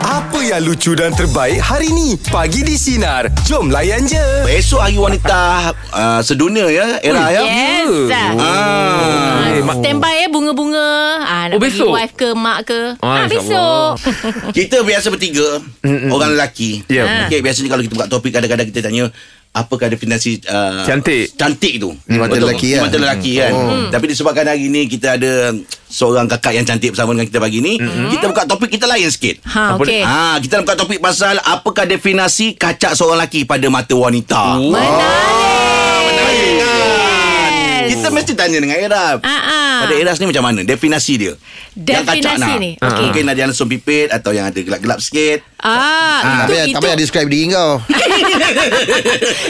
Apa yang lucu dan terbaik hari ni? Pagi di Sinar. Jom layan je. Esok hari wanita uh, sedunia ya Era ya Yes. Ah. Ah, Stand by eh bunga-bunga. Ah, nak Oh, bagi besok? wife ke mak ke. Ah, Ah, insyaAllah. besok. Kita biasa bertiga Mm-mm. Orang lelaki Ya. Ah. okay, Biasanya kalau kita buka topik Kadang-kadang kita tanya Apakah definisi uh, Cantik. Cantik tu Di mata Betul. lelaki, Di ya? mata lelaki kan oh. Tapi disebabkan hari ni Kita ada Seorang kakak yang cantik Bersama dengan kita pagi ni mm-hmm. Kita buka topik Kita lain sikit Ha, Apa okey. Ah, kita nak buka topik pasal apakah definasi kacak seorang lelaki pada mata wanita. Oh. Menarik Menarik. kan? Kita mesti tanya dengan Era. Ah, ah. Pada Eras ni macam mana? Definasi dia. yang kacak Definasi nak. ni, okey. Mungkin ada yang langsung pipit atau yang ada gelap-gelap sikit. Ah, Tak itu, payah, itu, tak payah describe diri kau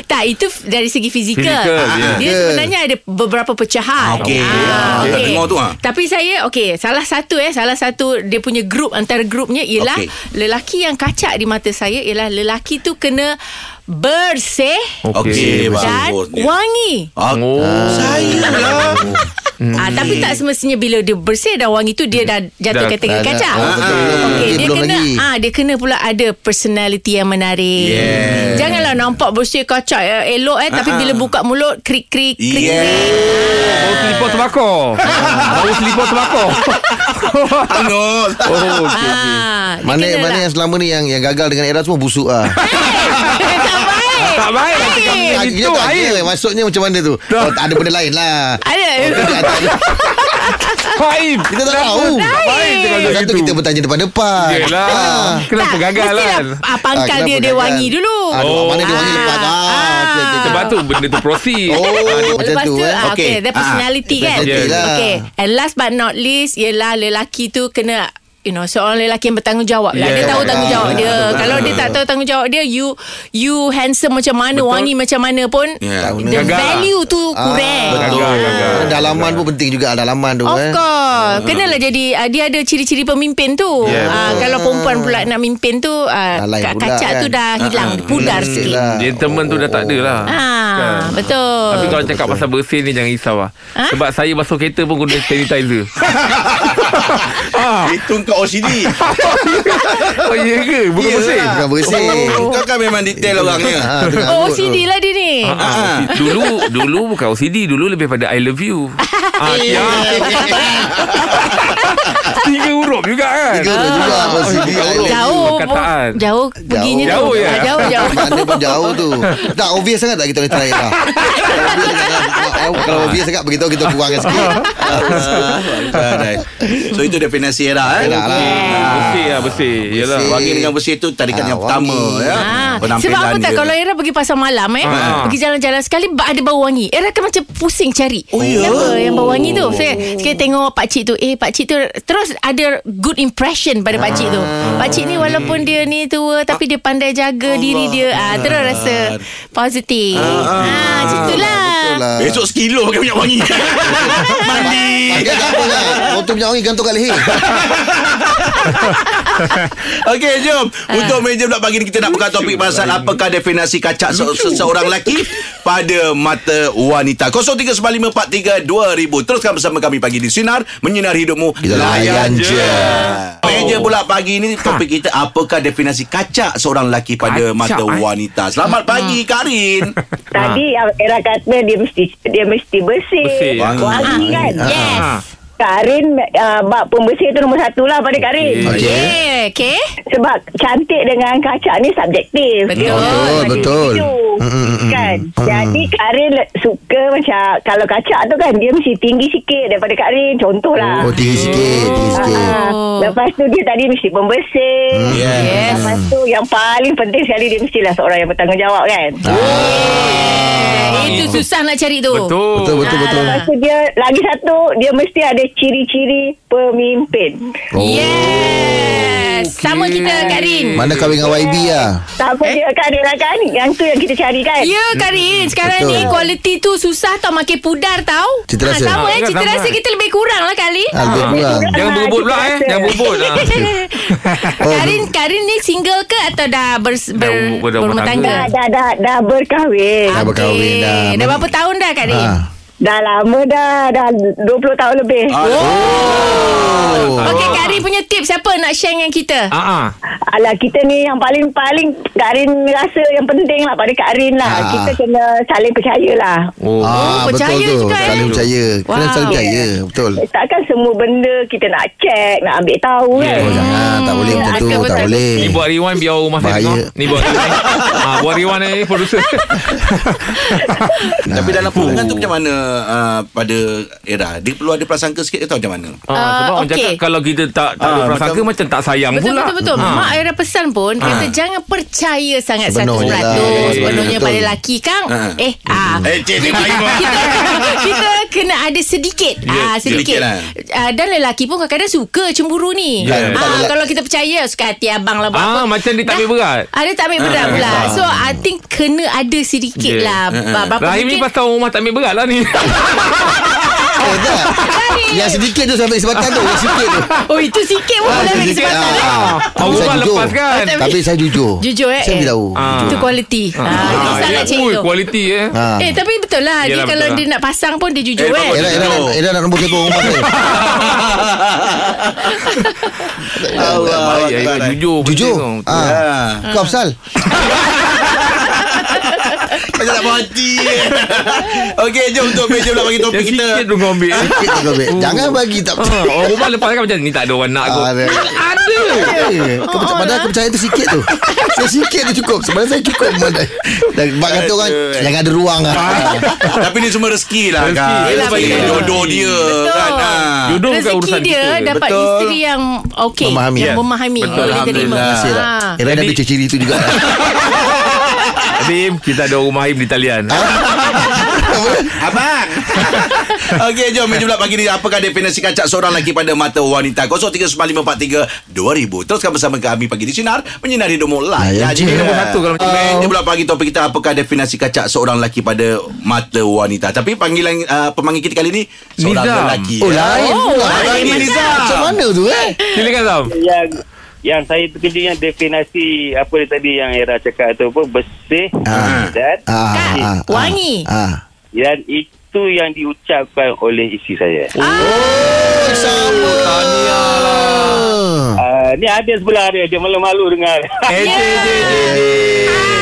tak, itu dari segi fizikal. Fizikal, Ah, ya. Dia Ya. sebenarnya ada beberapa pecahan. Okey. Ah, tak dengar tu, ah. Tapi saya, okey, salah satu eh, salah satu dia punya grup, antara grupnya ialah Okey. lelaki yang kacak di mata saya ialah lelaki tu kena bersih Okey, bagus. dan Bagusnya. wangi. Ah, Oh. Saya lah. Hmm. Ah, tapi tak semestinya bila dia bersih dan wangi tu dia dah jatuh Dah- kategori Hmm. dah- kacak. dah- betul. Okey, Dia dia belum kena lagi. ah dia kena pula ada personality yang menarik. Yeah. Janganlah nampak bersih kacak eh, elok eh tapi Ah. bila buka mulut krik krik krik. Yeah. Bau selipar terbakar Bau selipar terbakar Anus. Oh okey Ah, dia Mana kena mana lah. yang selama ni yang yang gagal dengan era semua busuk ah. tak baik. Tak baik lah cakap Baik. macam Kita itu tak Aim kira maksudnya macam mana tu. Oh, tak ada benda lain lah. Ada. Aim Kita tak tahu. Tak baik cakap macam Satu itu kita bertanya depan-depan. Yelah Ah. Kenapa Tak, gagal mestilah, kan Ah, pangkal Ah, dia kenapa dia gagal? wangi dulu. Ah, Oh. Mana dia wangi lepas. Ah, Ah. okey, okey, okey. Sebab tu benda tu proceed Oh, dia macam Lepas tu, tu eh. ah, Okey. okay. okay, Ah, personality kan. personality Yeah. lah. Okay, and last but not least ialah lelaki tu kena you know seorang lelaki yang bertanggungjawab lah. Yeah. Dia tahu tanggungjawab Ah, dia. betul, betul. Kalau dia tak tahu tanggungjawab dia, you you handsome macam mana, Betul. wangi macam mana pun, Yeah. Ya. the Gagal lah. value tu Ah, kurang. betul. Gagal gagal Dalaman pun penting juga dalaman tu Eh. Of eh. course Kenalah jadi ah, Dia ada ciri-ciri pemimpin tu Yeah, Ah, Kalau perempuan pula Nak mimpin tu ah, Ah, lain ka- pula Kacak kan. tu dah hilang Ah, Pudar hilang sikit sikit lah. Gentleman tu dah tak ada lah Kan? Ah, Betul Tapi kalau cakap pasal bersih ni Jangan risau lah Ha? Sebab saya basuh kereta pun Guna sanitizer ah. Itu kau OCD. Oh iya ke Bukan Iyalah. bersih Bukan bersih. Oh, Kau kan memang detail Ah, orangnya. tu Oh rambut tu. OCD lah dia ni Ah, dulu dulu bukan OCD dulu lebih pada I love you. Ah, ya. Tiga huruf juga kan. Tiga tu juga OCD. Oh, Jauh perkataan. Jauh perginya Jauh, tu ya? Ah, Jauh jauh Mana pun jauh tu Tak obvious sangat tak kita boleh try lah Kalau obvious sangat- Kalau obvious sangat Beritahu kita kurangkan sikit Ah, so itu definisi era eh. Era lah. Ah. Bersih lah bersih. Yalah. Bersih. Wangi dengan bersih tu tarikan Ah, yang pertama wangi. ya. Ah, sebab apa tak kalau Era pergi pasar malam eh Ah. pergi jalan-jalan sekali ba- ada bau wangi Era kan macam pusing cari oh, ya? siapa yang bau wangi tu saya saya tengok pak cik tu eh pak cik tu terus ada good impression pada pak cik tu pak cik ni walaupun dia ni tua tapi dia pandai jaga diri dia ah terus rasa positif ah, ah macam itulah Betul lah Besok sekilo pakai minyak wangi. Mandi. Pakai tak apa lah Botol minyak wangi gantung kat leher Okey, jom. Ah. Untuk meja pula pagi ni kita nak buka topik pasal apakah definisi kacak se- seseorang lelaki pada mata wanita. 0395432000. Teruskan bersama kami pagi di Sinar. Menyinar hidupmu. Kita layan je. Oh. Meja pula pagi ni topik kita apakah definisi kacak seorang lelaki pada Kacak, mata eh? wanita. Selamat pagi Hmm. Karin. Tadi Era kata dia mesti dia mesti bersih. Bersih. Wangi kan? yes Ah. Karin uh, bab pembersih tu nombor satu lah pada Karin. Okey. Okay. okay. Sebab cantik dengan kacak ni subjektif. Betul. Bagi betul. sejuk, Mm, mm, mm, Kan? Jadi Karin le- suka macam kalau kacak tu kan dia mesti tinggi sikit daripada Karin. Contohlah. Oh tinggi sikit Tinggi sikit Mm. Ah, lepas tu dia tadi mesti pembersih. Yeah. Yes. Lepas tu yang paling penting sekali dia mestilah seorang yang bertanggungjawab kan. Eh, itu susah nak cari tu Betul. Betul betul betul Lepas tu dia lagi satu dia mesti ada ciri-ciri pemimpin. Yes Sama kita Kak Rin Oh, Mana kahwin dengan YB lah Tak apa eh? dia kan dia lah kan yang tu yang kita cari kan. Ya Karin Sekarang Eh, hmm, Betul. ni Kualiti tu susah tau Makin pudar tau Cita rasa. ha, Sama Ah, eh kan Cita sama, rasa eh. kita lebih kurang lah Karin Ah, lebih kurang. Jangan Ah, berebut pula kita eh. rasa. Jangan berebut. Ah. Oh, Karin Karin ni single ke Atau dah ber, ber, Dah ber- dah berumah bertangga. tangga Ah. Dah dah dah berkahwin. Dah berkahwin dah. Dah berapa tahun dah Karin Ah. ha. Dah lama dah Dah 20 tahun lebih Ya. Ah, Oh. Okey Kak Rin punya tips Siapa nak share dengan kita Ah, ah. Alah kita ni yang paling-paling Kak Rin rasa yang penting lah pada Kak Rin lah. Ah. Kita kena saling percaya lah. Oh. Ah, betul percaya tu. juga, eh? Saling percaya. Kena Wow. saling percaya. Betul. Takkan semua benda kita nak cek, nak ambil tahu kan. Oh, jangan. Tak boleh macam tu. Betul, Tak betul. boleh. Ni buat rewind biar rumah eh. saya Bahaya. tengok. Ni buat rewind. ah, buat rewind ni producer. Nah, Tapi dalam itu lah. hubungan tu macam mana uh, pada era? Dia perlu ada prasangka sikit ke tau macam mana? Ah, sebab Ah, orang okey. cakap kalau kita tak tak ada Ah, prasangka macam- macam tak sayang Betul pula. Ah. betul betul. Ha. Mak ada pesan pun ha. kata jangan percaya sangat 100% Sepenuhnya lah. sepenuhnya Betul. pada lelaki Kang. Ha. Eh ah Eh, cik, dia baik buat. kita kita kena ada sedikit Ya, ah sedikit sedikit lah. Ah, dan lelaki pun kadang-kadang suka cemburu ni Ya, tak ah lelaki- kalau kita percaya suka hati abang lah buat Ah, apa. macam dia tak ambil Dah- berat. ah, dia tak ambil berat Ah, pula faham. so I think kena ada sedikit Ya. lah Ba- berapa Rahim ni mungkin pasal rumah tak ambil berat lah ni. Eh, tak. Yang sedikit tu sampai kesempatan tu. Yang sedikit tu. oh itu sikit pun Ah, boleh ambil sedikit, kesempatan ah, eh. ah. Ah, Tapi saya rumah jujur. lepas kan. Ah, tak- Tapi saya jujur. Jujur eh Saya eh. beritahu. Ah. Itu kualiti ah, Itu Ah, sangat ya. cikgu Ui, kualiti eh. Ha. Eh tapi betul lah Dia Yelah, betul kalau lah. dia nak pasang pun Dia jujur Eh, eh bagus. Ella, Ella, Jujur. Ella nak nombor telefon rumah saya. Allah, Ya, ya, jujur. Ah, Jujur. betul tu. Ah. Kau Afsal Macam tak puas hati Okey jom untuk meja pula bagi topik Yang kita sikit tu kau ambil. Sikit tu kau ambil. Jangan bagi tak Ah, orang rumah lepas kan macam ni tak ada orang nak aku. Ah, ada. Ada. Eh, Kau percaya, padahal aku percaya tu sikit tu Saya sikit tu cukup Sebenarnya saya cukup pandai. Dan bak kata orang Aduh. Jangan ada ruang lah Tapi ni semua rezeki lah Rezeki. kan Yelah, Sebab betul. jodoh dia kan ah. Jodoh bukan Rezeki urusan dia kita. Ya. dapat Betul. isteri yang okay, Memahami. yang Yes. memahami, Betul. boleh terima. Alhamdulillah. Terima kasih lah Ah. Ella ada Jadi- ciri-ciri tu juga Rahim, kita ada rumah Rahim di talian. Ah, Abang Okey jom meja pula pagi ni Apakah definisi kacak seorang lelaki pada mata wanita 0395432000 Teruskan bersama kami pagi di Sinar Menyinari Domo lah Layan je. Nombor satu kalau macam ni. Meja pula pagi topik kita Apakah definisi kacak seorang lelaki pada mata wanita Tapi panggilan uh, pemanggil kita kali ni Seorang Nizam. lelaki Oh lain pula Abang ni Nizam. Macam mana tu eh Silakan Sam. yang yang saya terkejut yang definasi apa dia tadi yang Era cakap tu apa bersih Ah. dan Ah, Kak, ah, ah, wangi. ah. dan itu yang diucapkan oleh isteri saya. Oh. Eh, Sama Ah, ni ada sebelah dia dia malu-malu dengar. Eh, je, je, je, je.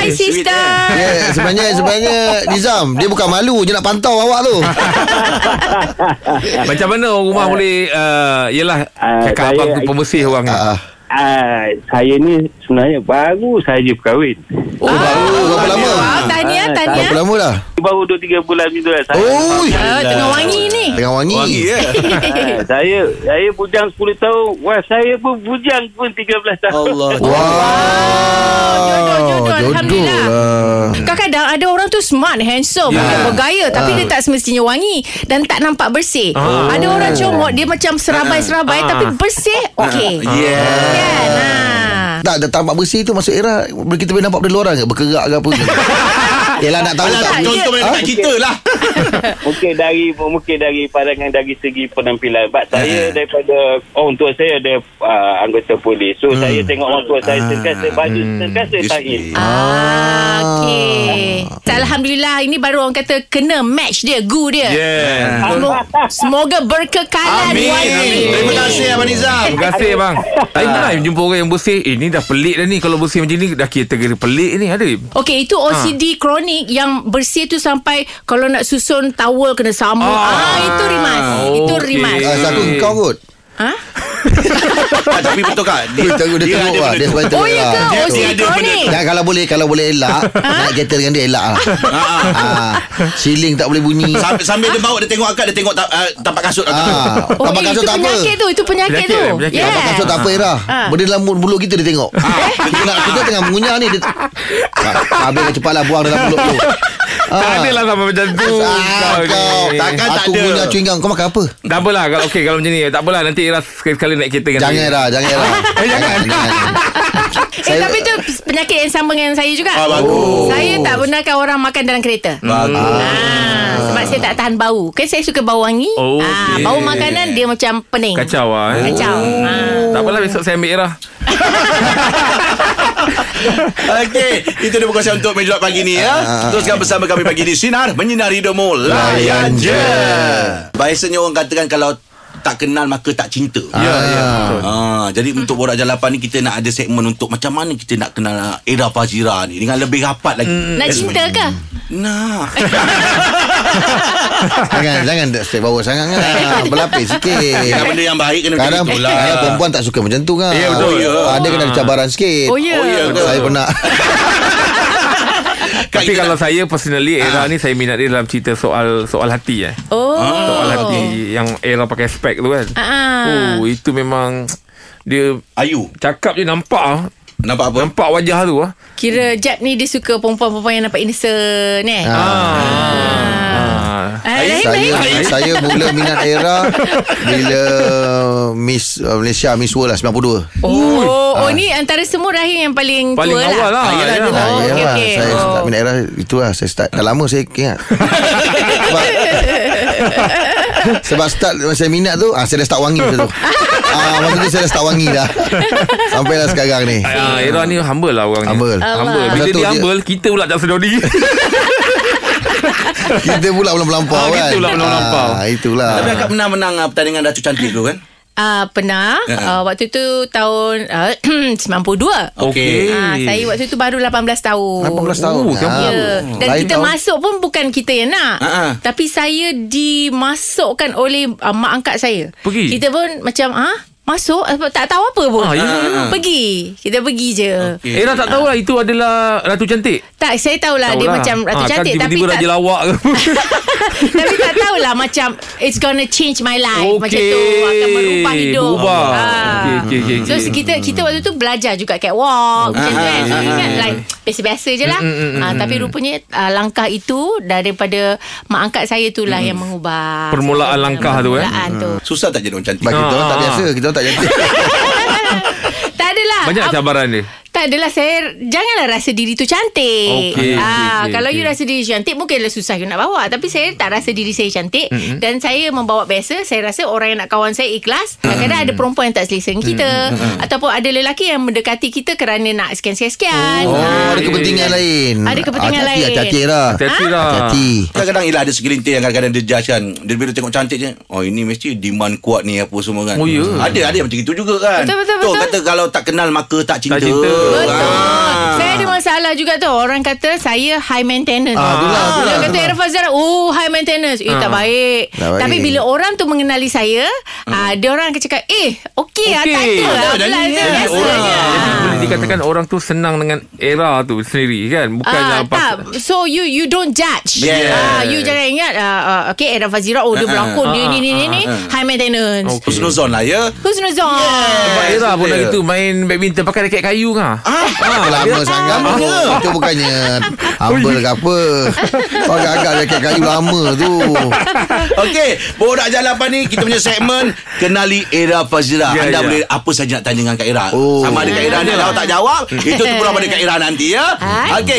Hi sister. Ya, sebenarnya sebenarnya Nizam dia bukan malu je nak pantau awak tu. Macam mana orang rumah boleh uh, Yelah Ah, Cakap saya- abang tu pembersih orang ni Ah, ah. Ah, saya ni sebenarnya baru saja berkahwin. Oh, baru berapa lama? Wow, tanya, Ah, tanya. Berapa lama dah? Baru 2 3 bulan gitu lah saya. Oi, Ah, tengah wangi ni. tengah wangi. Wangi ya Ah, saya saya bujang 10 tahun. Wah, saya pun bujang pun 13 tahun. Allah Wow. Jodoh, jodoh, Oh, Alhamdulillah. lah. Kadang-kadang ada orang tu smart, handsome, yeah. bergaya tapi dia tak semestinya wangi dan tak nampak bersih. Ah. Ada orang comot dia macam serabai-serabai Ah. tapi bersih okey. Ah. Yeah Kan? Ha. Tak, tak nampak bersih tu masuk era boleh kita boleh nampak benda luar ke? Berkerak ke apa ke? Yelah nak tahu Alah, tak? contoh boleh. mana dekat kita lah Mungkin dari mungkin dari pandangan dari segi penampilan. Sebab Ah. saya daripada orang tua saya ada uh, anggota polis. So saya tengok orang tua saya Ah. sentiasa baju sentiasa Yes, sain. yes. Ah, okey. Tak, Alhamdulillah ini baru orang kata kena match dia, gu dia. Yeah Semo- Semoga berkekalan Amin wangi. Terima kasih Abang Nizam Terima kasih bang Saya pernah jumpa orang yang bersih Eh ni dah pelik dah ni Kalau bersih macam ni Dah kira terkira pelik ni Ada Okey, itu OCD kronik yang bersih tu sampai kalau nak susun towel kena sama. Ah. Ah, itu rimas. Itu Okey. rimas. Ah, satu Hmm. kau kot. Ha? Ah, Tapi betul kan Dia teruk dia teruk lah. Dia sebenarnya Oh, Ha? teruk ya lah. ke? Dia- dia OCD ada kronik. Dan kalau boleh kalau boleh elak nak kereta dengan dia elak lah. Ha, ah, siling tak boleh bunyi. Sambil, sambil dia bawa Dia tengok akak Dia tengok ta, uh, tapak kasut akak. Ah, Oh, tambah eh, kasut itu tak apa. penyakit tu, itu penyakit, Penyakit, tu. penyakit. Tambah kasut tak apa Ira. Benda dalam mulut mulut kita dia tengok. Kita, nak- kita tengah mengunyah ni dia. Ah, Habis cepatlah buang dalam mulut tu. Tak ada lah sampai macam tu Ah, kau ni. takkan tak Aku ada. punya chewing gum Kau makan apa? Tak apalah kalau, okay, kalau macam ni Tak apalah nanti Ira sekali-sekali naik kereta dengan Jangan saya. lah Jangan lah Eh, jangan. Eh, Saya- tapi tu penyakit yang sama dengan saya juga. Ah, bagus. Saya tak benarkan orang makan dalam kereta. Bagus Ah, sebab saya tak tahan bau. Kan saya suka bau wangi. Oh, Ah, okey. bau makanan dia macam pening. Oh. Kacau lah eh. Kacau. Ah. Tak apalah besok saya ambil Ira Okey, itu dia perkongsian untuk meja pagi ni ya. Teruskan bersama kami pagi di Sinar Menyinari Hidupmu. Layan je. Biasanya orang katakan kalau tak kenal maka tak cinta. Ya, ya. betul. Ha, jadi untuk Borak Jalapan ni kita nak ada segmen untuk macam mana kita nak kenal era Fazira ni dengan lebih rapat lagi. Mm. Nak cinta ke? Nah. Jangan Jangan step bawa sangat kan Berlapis sikit Yang Eh, benda yang baik kena macam Kadang, itulah. kadang perempuan tak suka macam tu kan Ya, betul. Oh, Ya. Ada kena ada cabaran sikit Oh, ya. Oh, ya ke? Saya pernah Tapi kita kalau saya personally era ni saya minat dia dalam cerita soal soal hati eh. Oh. Ah. Soal hati yang era pakai spek tu kan. Ah. Oh, itu memang dia Ayu, cakap je nampak ah. nampak apa? Nampak wajah tu ah. Kira Jeb ni dia suka perempuan-perempuan yang nampak innocent eh. Ah. Ah. Ah, Rahim, saya, Rahim. saya mula minat era Bila Miss uh, Malaysia Miss World lah 92 Oh, oh ni antara semua Rahim yang paling, Paling tua awal lah. lah. Yelah, Oh, Ah, okey, yelah, okey. Saya Oh. start minat era Itulah saya start Dah lama saya ingat Sebab Sebab start Saya minat tu ah, Saya dah start wangi masa tu ah, Masa tu saya dah start wangi dah Sampailah sekarang ni Ah, era ni humble lah orang Humble. ni. Humble. Allah. Bila Betul dia dia. humble, kita pula tak sedar diri. Kita pula belum melampau Ah, kan itulah belum melampau. ah, Itulah Tapi akak pernah menang ah, pertandingan Datuk Cantik dulu kan? Ah, pernah Ya. Ah, waktu tu tahun ah, 92. Okey. Ah, saya waktu tu baru 18 tahun. 18 tahun Oh, kamu. Ya. Dan Lain kita tahun. masuk pun bukan kita yang nak. Ha, ha. Tapi saya dimasukkan oleh uh, mak angkat saya. Pergi? Kita pun macam ah masuk eh, tak tahu apa pun. Ah, ya, ya, ya. Pergi. Kita pergi je. Okey. Era tak tahu lah itu adalah Ratu Cantik. Tak, saya tahulah dia Tahulah. macam ratu Ah, kan cantik tapi tiba-tiba tak Raja Lawak ke Tapi tak tahulah macam It's gonna change my life okay. Macam tu Okey. Akan merubah hidup Berubah. Ah. Okey, okey, okey, So okey. Ah. kita kita waktu tu belajar juga Catwalk Macam Ah, tu kan Kita ingat like Biasa-biasa je Mm, lah Ah, Tapi rupanya ah, Langkah itu Daripada Mak angkat saya tu lah Yang mengubah Mm. Permulaan langkah tu, eh? Permulaan tu Susah tak jadi orang cantik? Sebab kita orang tak Ah. biasa Kita orang tak biasa Tak adalah Banyak Ab- cabaran dia Tak adalah saya Janganlah rasa diri tu cantik Okey, ah, okey, Kalau okey. you rasa diri cantik Mungkinlah susah you nak bawa Tapi saya tak rasa diri saya cantik mm-hmm. Dan saya membawa biasa Saya rasa orang yang nak kawan saya ikhlas Kadang-kadang Mm. ada perempuan yang tak selesa dengan kita mm-hmm. Ataupun ada lelaki yang mendekati kita Kerana nak sekian-sekian Oh, Ah, ada kepentingan lain Ada kepentingan Hati-hati, lain. Hati-hati lah Ah. Hati-hati lah Hati-hati Kadang-kadang ialah ada segelintir yang kadang-kadang dia judge kan. Dia bila tengok cantik je, oh ini mesti demand kuat ni apa semua kan. Oh, ya. Ada ada yang macam itu juga kan. Betul, betul, tu, betul. kata kalau tak kenal maka tak cinta. Tak cinta. Betul. Ah. Saya ada masalah juga tu. Orang kata saya high maintenance. Ah, itulah, itulah, Dia kata itulah. Era Fazara, oh high maintenance. Eh, tak baik. Tak baik. Tapi bila orang tu mengenali saya, ah, dia orang akan cakap, eh, okey lah, tak ada Okey. lah. Tak ada Belah ni, tu, eh. biasanya. Jadi Ah. boleh dikatakan orang tu senang dengan era tu sendiri kan Bukan Ah, apa tak. So you you don't judge. Yes. Ah, you jangan ingat ah, ah, okay Era Fazira oh dia berlakon dia ni ni ni ni high maintenance. Okey. Husnuzon lah ya. Husnuzon. Sebab Eh, era pun betul. dah gitu Main badminton pakai raket kayu kan Ah, Ah, lama sangat oh, Itu bukannya Humble ke apa Kau agak-agak jaket kayu lama tu Okey, borak jalapan ni kita punya segmen kenali era Fazira. Ya, Anda ya. boleh apa saja nak tanya dengan Kak Ira. Oh. Sama ada Kak Ira ni kalau tak jawab, itu terpulang pada Kak Ira nanti ya. Hai. Okey,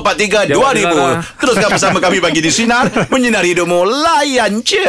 0395432000. Jawab dulu lah. Teruskan bersama kami bagi di sinar menyinari hidupmu layan je.